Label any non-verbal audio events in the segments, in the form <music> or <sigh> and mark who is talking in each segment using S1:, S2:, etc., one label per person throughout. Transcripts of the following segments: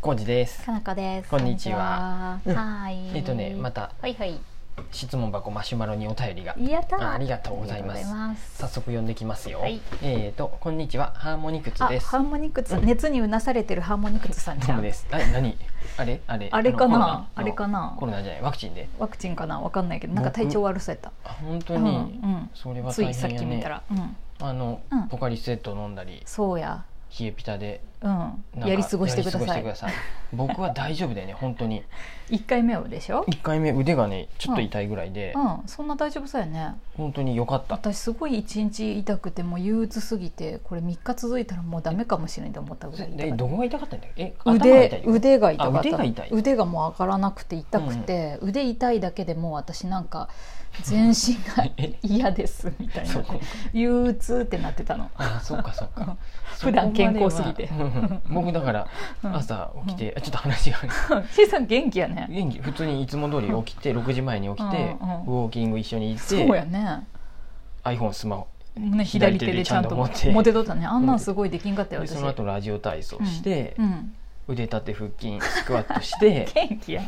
S1: コウジです
S2: かなこです。
S1: こんにちは
S2: こんにちははーい。
S1: えっとねまた
S2: はいはい。
S1: 質問箱マシュマロにお便りが
S2: やったー。
S1: あありがとうございます
S2: ありがとうございます
S1: 早速読んできますよ、
S2: はい
S1: えーとこんにちはハーモニクツ
S2: あ、
S1: です
S2: ハーモニクツ、熱にうなされてるハーモニクツさんじ
S1: どう
S2: ゃ
S1: も
S2: ん。
S1: ですあ何あれあれ
S2: あれか
S1: のコロナ
S2: な
S1: の
S2: あれかな
S1: コロナじゃないワクチンで
S2: ワクチンかなわかんないけど、なんか体調悪そうやった。
S1: あ本当
S2: う
S1: に、
S2: んうん。
S1: それは
S2: つ
S1: 大
S2: いさっ
S1: 変や
S2: き見
S1: ね
S2: たら、うん、
S1: あの、
S2: うん
S1: ポカリスエット飲んだり
S2: そうや、
S1: 冷えピタで
S2: うん、
S1: なんか
S2: やり過ごしてくだ
S1: やり過ご
S2: さい。
S1: してください僕は大丈夫だよね本当に
S2: 一回目をでしょ。
S1: 1回目腕がねちょっと痛いぐらいで、
S2: うん、そんな大丈夫そうやね。
S1: 本当に良かった
S2: 私すごい一日痛くてもう憂鬱すぎて、これ三日続いたらもうダメかもしれないと思ったぐらい痛かった
S1: えどこが痛かったんだっけえ頭が痛い
S2: 腕
S1: ってこと
S2: 腕が痛か
S1: あ
S2: った
S1: 腕が痛い
S2: 腕がもう上がらなくて痛くて、腕痛いだけでもう私なんか全身が
S1: <laughs> え
S2: 嫌ですみたい
S1: そ
S2: な
S1: う
S2: 憂鬱ってなってたの <laughs>
S1: あそうかそうか
S2: 普段健康すぎて
S1: そこまではうん僕だから
S2: うん
S1: 朝起きて、あちょっと話が
S2: シーさん元気やね
S1: 元気普通にいつも通り起きて6時前に起きて、
S2: うんうん
S1: ウォーキング一緒に行っ
S2: そう
S1: て
S2: やね
S1: iPhone スマホ
S2: ね
S1: 左
S2: 左
S1: 手
S2: 手
S1: で
S2: で
S1: ち
S2: ち
S1: ゃ
S2: ゃ
S1: ん
S2: ん
S1: と
S2: と
S1: 持って
S2: モテとったねあんなんすごいできんかったよ
S1: で
S2: 私
S1: その後ラジオ体操して、
S2: うんうん
S1: 腕立て腹筋スクワットして
S2: <laughs> 元
S1: <laughs>
S2: 気や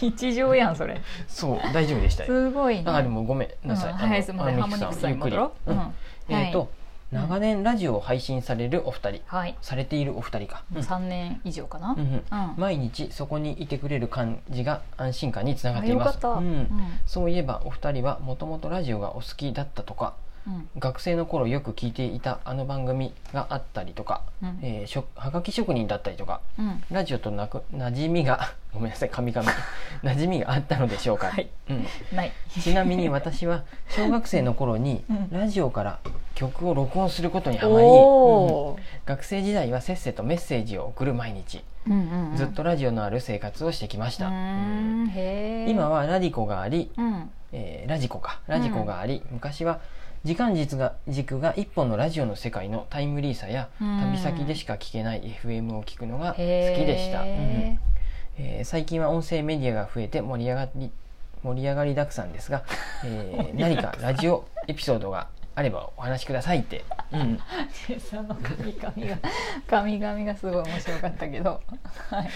S2: 日常やんそれ
S1: そう大丈夫でしたよ
S2: すごいね
S1: だからもうごめんなさい、
S2: う
S1: あ
S2: ん
S1: の
S2: はいすみません
S1: あ
S2: ハー
S1: の
S2: モニクスさん
S1: ゆ
S2: に
S1: っくり
S2: 戻ろう、
S1: うん
S2: うん
S1: えっ、
S2: は
S1: と
S2: いうん
S1: 長年ラジオを配信されるお二人
S2: はい、
S1: されているお二人か、うん
S2: 三年以上かな、
S1: うんうん
S2: うん
S1: 毎日そこにいてくれる感じが安心感につながってい
S2: あ
S1: ま
S2: よか
S1: す
S2: った、
S1: う
S2: うんん
S1: そういえばお二人はもともとラジオがお好きだったとか
S2: うん
S1: 学生の頃よく聞いていたあの番組があったりとか、
S2: うん
S1: えーしょはがき職人だったりとか
S2: うん
S1: ラジオとなく馴染みが <laughs> ごめんなさいカミカミ馴染みがあったのでしょうか、
S2: はい
S1: うん、
S2: ない
S1: ちなみに私は小学生の頃に
S2: うん
S1: ラジオから曲を録音することにハマり、うん
S2: おー
S1: 学生時代はせっせとメッセージを送る毎日
S2: うんうんうん
S1: ずっとラジオのある生活をしてきました、
S2: うーんへー
S1: 今はラジコがあり、
S2: うん
S1: えーラジコかラジコがあり、昔は時間軸が軸が一本のラジオの世界のタイムリーさや
S2: うん
S1: 旅先でしか聞けない FM を聞くのが好き
S2: へー
S1: でした、うんえー最近は音声メディアが増えて盛り上がり盛り上がりだくさんですが、えー
S2: <laughs>
S1: 何かラジオエピソードがあればお話しくださいって、うん、
S2: <laughs> <laughs> その髪髪が髪髪がすごい面白かった
S1: <laughs>
S2: けど、はい、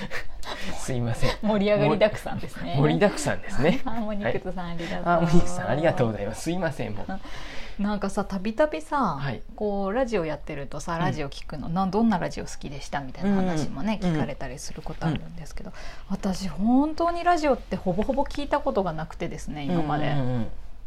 S1: すいません
S2: 盛り上がりだくさんですね
S1: 盛りだくさんです
S2: <laughs>
S1: ね
S2: ハーモニクトさんありがとう、
S1: あ、お兄さんありがとうございます。すいませんもう。
S2: なんかさたびたびさ、
S1: はい
S2: こうラジオやってるとさラジオ聞くの、なんどんなラジオ好きでしたみたいな話もね、
S1: うん
S2: 聞かれたりすることあるんですけど、私本当にラジオってほぼほぼ聞いたことがなくてですね今まで、
S1: うんうんうん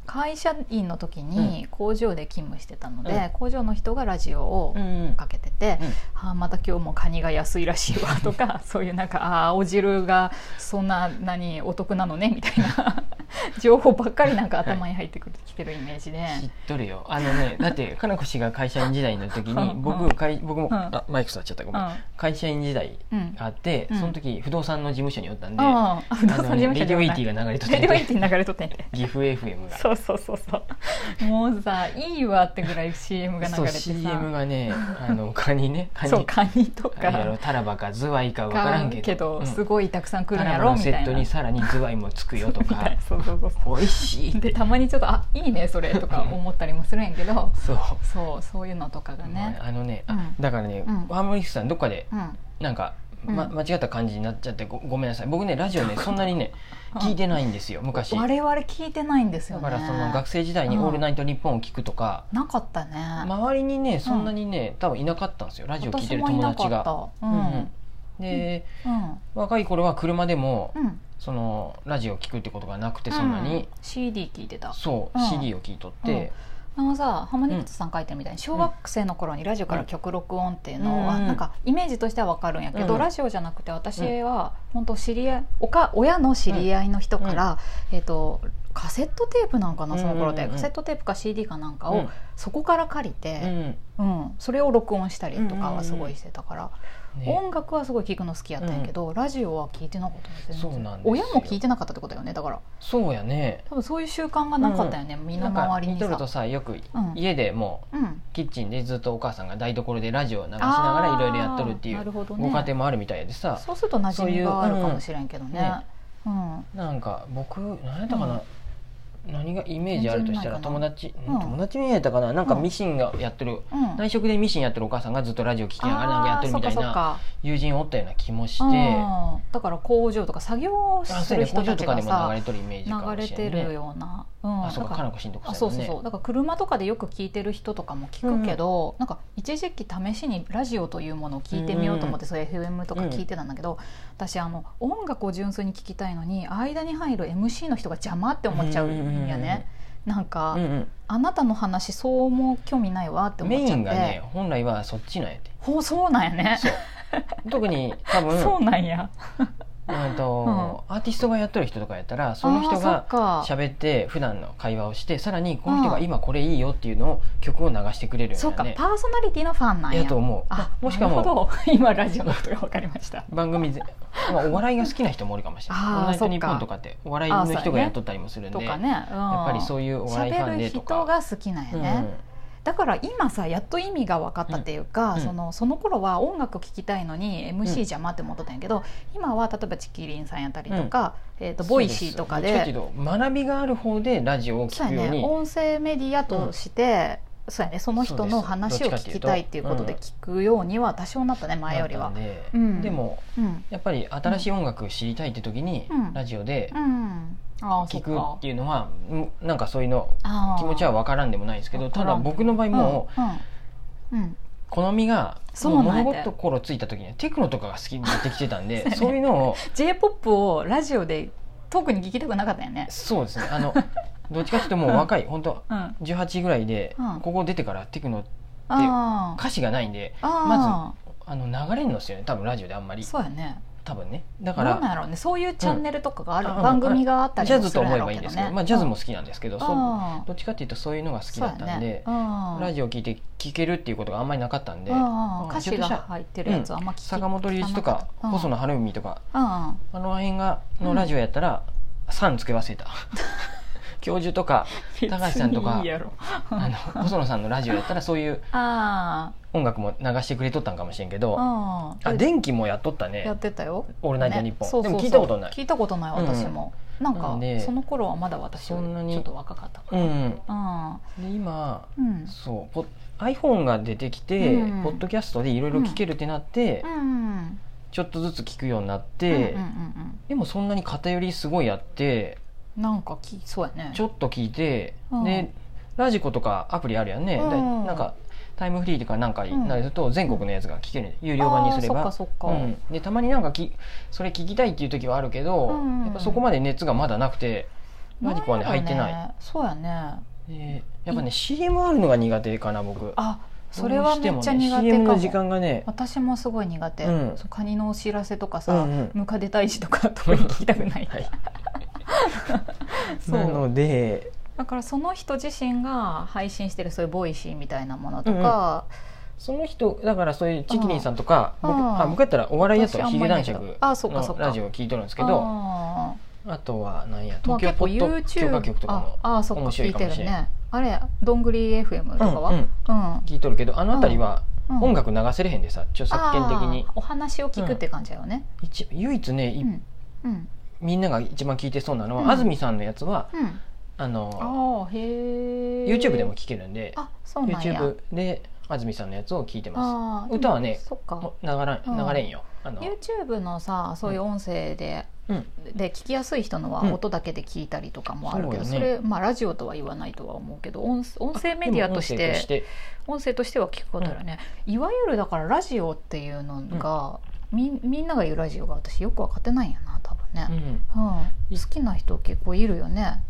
S2: 会社員の時に工場で勤務してたので、
S1: うん
S2: 工場の人がラジオを
S1: うんうん
S2: かけてて、
S1: うん
S2: あーまた今日もカニが安いらしいわとか <laughs> そういうなんかあー青汁がそんな何お得なのねみたいな <laughs> 情報ばっかりなんか頭に入ってくる、きてるイメージで。
S1: 知っとるよ。あの
S2: <laughs>
S1: ね、だってかなこ氏が会社員時代の時に
S2: うんう
S1: 僕
S2: ん
S1: 会僕も
S2: うん
S1: あマイク座っちゃったご
S2: う
S1: めん。
S2: ん
S1: 会社員時代
S2: うん
S1: があって、
S2: うん
S1: その時不動産の事務所におったんで、あ
S2: ああ、不動
S1: の
S2: 産事務
S1: レ
S2: 所
S1: デ
S2: で
S1: ィオ
S2: は
S1: イ
S2: な
S1: ティ
S2: い
S1: が流れとっ
S2: レディオイ
S1: て
S2: ティに流れとってんて
S1: <laughs> 岐阜 FM が。
S2: そうそうそうそうもうさいいわってぐらい CM が流
S1: そ
S2: れ
S1: う
S2: てさ
S1: CM が
S2: <laughs>
S1: ね、あのカニね、カニ
S2: そうカニと
S1: あれやろ
S2: か
S1: タラバかズワイかわか
S2: から
S1: らん
S2: ん
S1: けど、
S2: けど
S1: うん
S2: すごいたくさん来
S1: タ
S2: るん
S1: ラ
S2: や
S1: バ
S2: ろ
S1: の
S2: み
S1: セ
S2: た
S1: ッ
S2: い
S1: ト
S2: な
S1: にさらにズワイもつくよと
S2: <laughs> みたい
S1: か
S2: な、そうそうそうそ
S1: 美味しいうって
S2: で。たまにちょっとあいいねそれとか思ったりもするんやけど
S1: そう。
S2: <laughs> そうそういうのとかがね
S1: あのね、
S2: う
S1: あ
S2: ん
S1: だからね、
S2: うん
S1: ハーモニクスさんどっかで
S2: うん
S1: なんか、
S2: うん
S1: ま、間違った感じになっちゃってごごめんなさい僕ねラジオねそんなにね聞いてないんですよ昔だ
S2: 我々聞いてないんですよね
S1: からその学生時代に「
S2: うん
S1: オールナイトニッポン」を聞くとか、
S2: なかったね
S1: 周りにねそんなにね、多分いなかったんですよラジオ聞いて
S2: 私
S1: る
S2: もい
S1: 友
S2: なか
S1: 達が。
S2: ったう
S1: うんんうんで、
S2: うん
S1: 若い頃は車でも、
S2: うん
S1: そのラジオ聞くってことがなくてそんなに、
S2: うん CD 聞いてた
S1: そう、
S2: うん
S1: CD を聞いとって、
S2: あのさ浜根口さん書いてるみたいに小学生の頃にラジオから曲録音っていうのは
S1: うん
S2: なんかイメージとしては分かるんやけ
S1: う
S2: ど
S1: ん
S2: ラジオじゃなくて私は本当知り合いおか親の知り合いの人からえっとカセットテープなんかなその
S1: う
S2: 頃
S1: んうんう
S2: で
S1: んうん
S2: カセットテープか CD かなんか
S1: う
S2: を
S1: ん
S2: そこから借り
S1: う
S2: て
S1: ん
S2: うんそれを録音したり
S1: うんう
S2: とか
S1: んうん
S2: はすごいしてたから
S1: ね、
S2: 音楽はすごい聴くの好きやったんやけどラジオは聴いてなかったの全然
S1: そうなんですよ
S2: 親も聴いてなかったってことよねだから
S1: そうやね
S2: 多分そういう習慣がなかったよね身
S1: な
S2: の
S1: んか
S2: 回り
S1: 見
S2: に
S1: とると
S2: さ。
S1: さよく
S2: うん
S1: 家でもう
S2: うん
S1: キッチンでずっとお母さんが台所でラジオを流しながらいろいろやっとるってい
S2: あーな
S1: う
S2: ほどね
S1: ご家庭もあるみたいでさ
S2: そうすると馴染みがあるかもしれんけど
S1: そういう
S2: ね。うん、
S1: なんか僕何やったかな、何がイメージあるとしたら
S2: 全然
S1: 友
S2: な
S1: 達、
S2: うん
S1: うん友達みたいやったかななんか
S2: うん
S1: ミシンがやってる、
S2: うん。
S1: 内職でミシンやってるお母さんがずっとラジオ聞きながらなんかやってるみたい
S2: あーそっ
S1: な
S2: か
S1: 友人おったような気もして
S2: あーだから工場とか作業を
S1: あ
S2: す
S1: そうやね
S2: る人
S1: 工場
S2: た
S1: と
S2: ち
S1: かで
S2: が
S1: も
S2: さ
S1: 流れとるイメージかも
S2: 流れ
S1: しれ
S2: て
S1: んね
S2: るような、うん、
S1: あそうか
S2: だ
S1: からなこしんとこ
S2: あそうそう
S1: ね
S2: そうだから車とかでよく聞いてる人とかも聞くけど、なんか一時期試しにラジオというものを聞いてみようと思って、そういう FM とか聞いてたんだけど、私あの音楽を純粋に聞きたいのに間に入る MC の人が邪魔って思っちゃうんやね、なんか、
S1: うんうん
S2: あなたの話そうも興味ないわって思
S1: メ
S2: っち
S1: イ
S2: ゃって
S1: ンがね本来はそっちなんやて
S2: ほうそうなんやね
S1: そう特に多 <laughs> 分
S2: そうなんや
S1: うんとアーティストがやっとる人とかやったらその人
S2: あーそ
S1: が
S2: っか
S1: 喋って普段の会話をしてさらにこの人が今これいいよっていうのを曲を流してくれるよ
S2: そう
S1: うな
S2: か
S1: ね
S2: パーソナリティのファンなんや
S1: やと思
S2: あ
S1: うもしくは
S2: なるほ
S1: も
S2: ど <laughs> 今ラジオのことが分かりました
S1: う番組ぜ、まあ、お笑いが好きな人もおるかもしれない
S2: あー
S1: 「オールナイトニッポ
S2: そっ
S1: ン」
S2: か
S1: とかってお笑いの
S2: あーそ
S1: 人
S2: うやね
S1: がやっとったりもするん
S2: と
S1: で
S2: かね、うん、
S1: やっぱりそういうお笑いファン
S2: 喋
S1: で
S2: る
S1: と
S2: 人
S1: か。
S2: が好きなんや
S1: うん
S2: ね、だから今さやっと意味が分かったっていうか、
S1: うんうん
S2: そのその頃は音楽聴きたいのに MC 邪魔って思ってたんやけど、今は例えばチキリンさんやったりとか、えー、とボイシーとか
S1: そうす
S2: で
S1: どっちかっていうと学びがある方でラジオを
S2: そ
S1: 聞
S2: う
S1: くよう
S2: やね
S1: に
S2: 音声メディアとして、そうやねその人の話を聞きたいっていうことで
S1: どっ
S2: 聞くようには多少なったね前より
S1: なっ
S2: は
S1: たん。で、
S2: うん
S1: でも
S2: うん、
S1: やっぱり新しい音楽知りたいって時に、
S2: うん
S1: ラジオで
S2: うん、ああそ
S1: 聞
S2: っ
S1: く
S2: か
S1: っていうのは、うんなんかそういうの
S2: あー
S1: 気持ちは分からんでもないですけど
S2: わ
S1: た
S2: から
S1: だ
S2: ん
S1: 僕の場合も
S2: うんうんうん
S1: う好みが
S2: そう
S1: もう
S2: なんや
S1: 物心ついた時にはテクノとかが好きになってきてたん
S2: <laughs> そうや
S1: で
S2: ね
S1: そういうのを
S2: J−POP をラジオで特に聞きたくなかったよね。
S1: そうですねあの <laughs> どっちかっていうともう若い本当
S2: うん、あ
S1: 18ぐらいで
S2: うん
S1: ここ出てからテクノ
S2: あ
S1: 歌詞がないんで
S2: あ
S1: あの流れんのっすよね多分ラジオであんま
S2: あ
S1: り
S2: そうやね
S1: 多分ねだ
S2: ど
S1: か
S2: うなん
S1: ら
S2: やろうねそういうチャンネルとかがある、
S1: うんあ
S2: 番組があったり
S1: ジャ
S2: も
S1: ズ
S2: す
S1: と
S2: るん
S1: 思
S2: や
S1: え
S2: ろう
S1: ばいい
S2: け
S1: ん
S2: ど
S1: ですけ
S2: ね
S1: どまあジャズ
S2: うん
S1: も好きなんですけどそう
S2: あ
S1: どっちかっていうとそういうのが好きだったんでラ
S2: ラ
S1: ジオ聞いて聴けるっていうことがあんまりなかったんで
S2: オ歌
S1: ちょっ
S2: 詞
S1: とし
S2: が
S1: た
S2: 入ってるやつはあんま聞き
S1: 坂本龍一とか
S2: うん
S1: 細野晴臣とか
S2: うんうん
S1: あの辺がのラジオやったら「さん」つけ忘れ
S2: <laughs>
S1: た教授とか高橋さんとか
S2: 別にいいやろ
S1: あの細野さんのラジオやったらそういう
S2: あ
S1: 音楽も流してくれとったんかもしれんけど
S2: あうん
S1: あ電気もやっとった
S2: や
S1: ね
S2: ってたよ
S1: 「オールナイトニッポ
S2: ねそ
S1: ン」
S2: う
S1: で
S2: そうそ
S1: も
S2: う
S1: 聞いたことない
S2: 聞いたことない私も、なん
S1: な
S2: か
S1: んで
S2: その頃はまだ私よ
S1: そんな
S2: り
S1: に
S2: ちょっと若かったか
S1: う
S2: ら
S1: ん
S2: うん
S1: で今
S2: うん
S1: そうポ iPhone が出てきて、
S2: うん
S1: ポッドキャストでいろいろ聞けるってなって、
S2: うん
S1: ちょっとずつ聞くようになっ
S2: うんうん
S1: て、
S2: うん
S1: でもそんなに偏りすごいあって
S2: うんなんかきそうやね
S1: ちょっと聞いて、
S2: うん
S1: でラジコとかアプリあるやんね、で
S2: うん
S1: なんかタイムフリーとかなんか
S2: うん
S1: になると全国のやつが聞ける、有料版にすれ
S2: あー
S1: ば。
S2: そっか
S1: う
S2: そっか、
S1: ん、でたまになんかきそれ聞きたいっていう時はあるけど、
S2: うん
S1: やっぱそこまで熱がまだなくてラジコはね
S2: んや
S1: 入っ
S2: ろね
S1: てない、
S2: そうやね
S1: でやっぱね CM あるのが苦手かな僕
S2: あそれはめっちゃ
S1: どうして
S2: 苦
S1: もね
S2: 手
S1: CM
S2: か
S1: の
S2: も
S1: 時間がね
S2: 私もすごい苦手、
S1: うん
S2: そうカニのお知らせとかさ、
S1: うんうん
S2: ムカデ大使とか特に聞きたくない、
S1: はい
S2: そう
S1: なので
S2: だからその人自身が配信してるそういうボイシーみたいなものとか、
S1: その人だからそういうチキリンさんとか僕
S2: うん
S1: あ僕やったらお笑いやつ
S2: 私
S1: は
S2: あん
S1: ヒ
S2: ま
S1: ゲ
S2: りな
S1: 男
S2: いけど
S1: 爵
S2: あそうかそ
S1: の
S2: うか
S1: ラジオを聞いとるんですけ
S2: あ
S1: ど
S2: ー
S1: あとはなんや
S2: まあ
S1: 東京
S2: 結
S1: ポ
S2: 構
S1: ッド許可局とかも
S2: ああそっか
S1: 面白
S2: 聞
S1: い
S2: い
S1: か
S2: て
S1: も
S2: る
S1: しれない
S2: ねあれどんぐり FM とかは、
S1: う
S2: うん
S1: う
S2: ん
S1: ん聞いとるけどあの辺りは
S2: うん
S1: 音楽流せれへんでさ著作権的に
S2: あーお話を聞くって感じだよね、
S1: 一唯一ね
S2: う
S1: い
S2: んうん
S1: みんなが一番聞いてそうなの
S2: うん
S1: は安住さんのやつは
S2: うん、
S1: あの
S2: ああへえ
S1: YouTube でも聞けるんで
S2: あそうなんや
S1: YouTube で安住さんのやつを聞いてます
S2: あー
S1: 歌はね
S2: そっか
S1: もう流らん
S2: うん
S1: 流れんよあの
S2: YouTube のさそういう音声で、
S1: うん
S2: で聞きやすい人のは
S1: うん
S2: 音だけで聞いたりとかもあるけど、
S1: そう
S2: そ
S1: よね
S2: れまあラジオとは言わないとは思うけど音音声メディアとし
S1: でも音声
S2: て音声としては聞くことだよね、いわゆるだからラジオっていうのが、みみんなが言うラジオが私よく分かってないんやな多分
S1: う
S2: ね、
S1: ん
S2: うん好きな人結構いるよね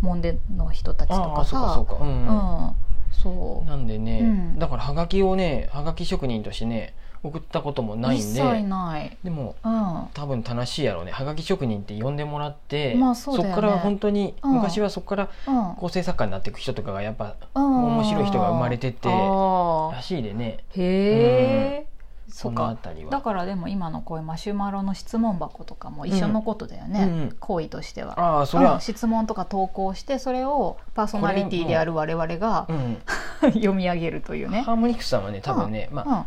S2: モンデの人たちと
S1: ああ
S2: か
S1: そ
S2: さ
S1: うかそうかうん
S2: う
S1: うん
S2: ん、そう
S1: なんでね、
S2: うん
S1: だからはがきをねはがき職人としてね送ったこともない
S2: 一
S1: んで
S2: 切ない、
S1: でも
S2: うん、
S1: 多分楽しいやろうねはがき職人って呼んでもらって、
S2: まあそうだよね
S1: っから本当に、
S2: うん
S1: 昔はそこから
S2: うん
S1: 構成作家になっていく人とかがやっぱ
S2: 面
S1: 面白い人が生まれてってら
S2: へ
S1: しいでね
S2: え、そ
S1: そ
S2: っ
S1: のあ
S2: か
S1: たりは
S2: だからでも今のこういうマシュマロの質問箱とかも一緒のことだよね、
S1: うんうん
S2: 行為としては。
S1: ああそり
S2: うん
S1: ゃ、
S2: 質問とか投稿してそれをパーソナリティである我々が
S1: うん
S2: <laughs> 読み上げるというね。
S1: ハーモニクスさんはね多分ね、
S2: うん
S1: ま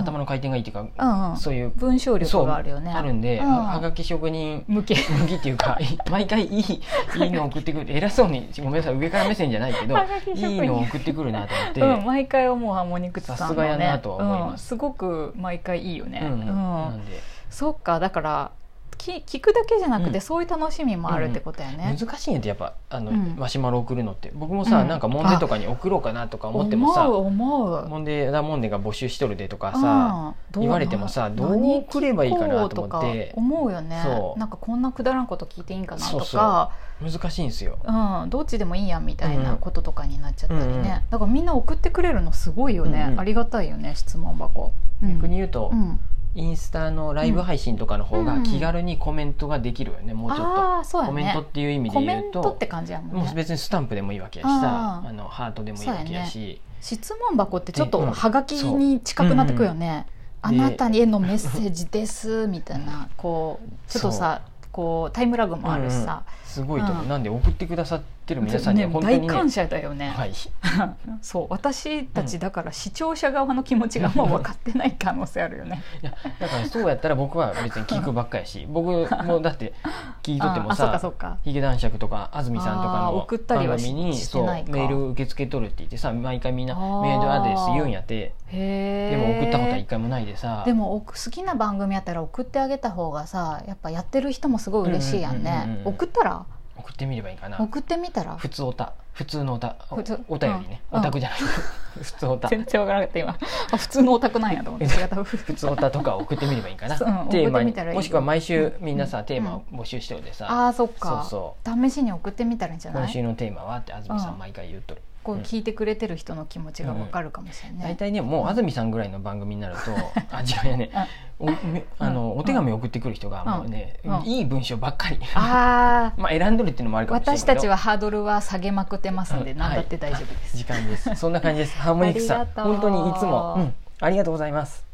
S1: あ、頭の回転がいいっていうか、
S2: うんうん
S1: そういう
S2: 文章力があるよね
S1: そうあるんで、
S2: うん
S1: ははがき職人
S2: 向け
S1: 向きっていうか <laughs> い毎回いいいいのを送ってくる偉そうにごめんなさい上から目線じゃないけど
S2: はがき職人
S1: いいのを送ってくるなと思って、
S2: うん、毎回思うハーモニクスさんの
S1: さすがや
S2: ね
S1: なとは思います
S2: うん、すごく毎回いいよね、
S1: うん
S2: うん
S1: なんで
S2: そっかだからき聞くだけじゃなくて、
S1: うん
S2: そういう楽しみもあるってことやね、
S1: 難しいんやってやっぱあの、
S2: うん
S1: マシュマロ送るのって僕もさ、
S2: うん
S1: なんかモンデとかに送ろうかなとか思っても
S2: 思う
S1: さ
S2: 思う
S1: モンデだモンデが募集しとるでとか
S2: うん
S1: さ、
S2: どう
S1: 言われてもさ
S2: な
S1: どう送ればいいかな
S2: 何
S1: と思
S2: 聞こ
S1: っ
S2: う
S1: て
S2: とか思うよね
S1: そう
S2: なんかこんなくだらんこと聞いていいんかなとか
S1: そうそ難しいんですよ。
S2: うん、どっちでもいいやみたいなこととかになっちゃったりね、
S1: うんうん
S2: だからみんな送ってくれるのすごいよね、
S1: うんうん
S2: ありがたいよね質問箱、うん
S1: 逆に言うと、
S2: うん
S1: インスタのライブ配信とかの方
S2: う
S1: が
S2: ん
S1: 気軽にコメントができるよね、もうちょっと、
S2: ああそうや
S1: コ
S2: ね
S1: メントっていう意味
S2: コ
S1: で
S2: メ
S1: 言
S2: ン
S1: う
S2: ト
S1: と
S2: って感じやもんね
S1: もう別にスタンプでもいいわけやし
S2: あ
S1: さ
S2: ー
S1: あのハートでもいいわけやし
S2: 質問箱ってちょっと
S1: えうん
S2: はがきに近くなってくよね、
S1: そううん
S2: あなたへのメッセージですみたいなこうちょっとさこうタイムラグもあるしさ、
S1: すごいと思う、
S2: うん
S1: なんで送ってくださってる皆さんには
S2: ね
S1: 本当に
S2: 大
S1: ね
S2: 感謝だよね、
S1: はい、 <laughs>
S2: そう私たちだから視聴者側の気持ちがもう分かってない可能性あるよね
S1: いやだからそうやったら僕は別に聞くばっかやし僕もだって聞いとって
S2: あ
S1: も
S2: あそうか
S1: さ
S2: そうか
S1: ヒゲ男爵とか安住さんとか
S2: あー
S1: の
S2: 送ったりは
S1: 番
S2: し
S1: 組に
S2: して
S1: そう
S2: な
S1: メ
S2: いか
S1: ール受け付けとるって言ってさ毎回みんな
S2: あ
S1: メ
S2: ー
S1: ールアドレス言うんやって
S2: へ
S1: で
S2: ー
S1: も送ったことは一回もないでさ
S2: でもお好きな番組やったら送ってあげた方がさやっぱやってる人もすごい嬉しいやんね、
S1: うんうんうんうん
S2: 送ったら
S1: 送ってみればいいかな
S2: 送ってみたら
S1: 普通おた普通のおたお
S2: 普通
S1: お便りね
S2: うん
S1: おたくじゃない <laughs> 普通おた
S2: 全然わからなかった今あ普通のオタクなんやと思って違った
S1: 普通おたとかを送ってみればいいかな
S2: そううん
S1: テーマ
S2: 送って
S1: に
S2: みたらいい
S1: もしくは毎週みんな
S2: う
S1: さ
S2: ん
S1: テーマを募集してるでさ
S2: あーそっか
S1: そ
S2: 試しに送ってみたらいいんじゃな
S1: 今
S2: い
S1: 週のテーマはって安住さ
S2: うん
S1: ん毎回言っとる
S2: こう
S1: うん
S2: 聞いてくれてる人の気持ちがわかるかもしれない、
S1: 大体ねもう安住さんぐらいの番組になる
S2: <laughs>
S1: とあ違うよねおめあの
S2: うん
S1: お手紙送ってくる人がもうね
S2: うん
S1: いい文章ばっかり
S2: ああ
S1: <laughs> まあ選んどるっていうのもあるかもしれない
S2: 私
S1: けど
S2: たちはハードルは下げまくってますんで、
S1: うん
S2: 何だって大丈夫です、
S1: 時間ですそんな感じですハーモニクスさ
S2: <laughs> あ
S1: ん
S2: りがとう
S1: 本当にいつもうんありがとうございます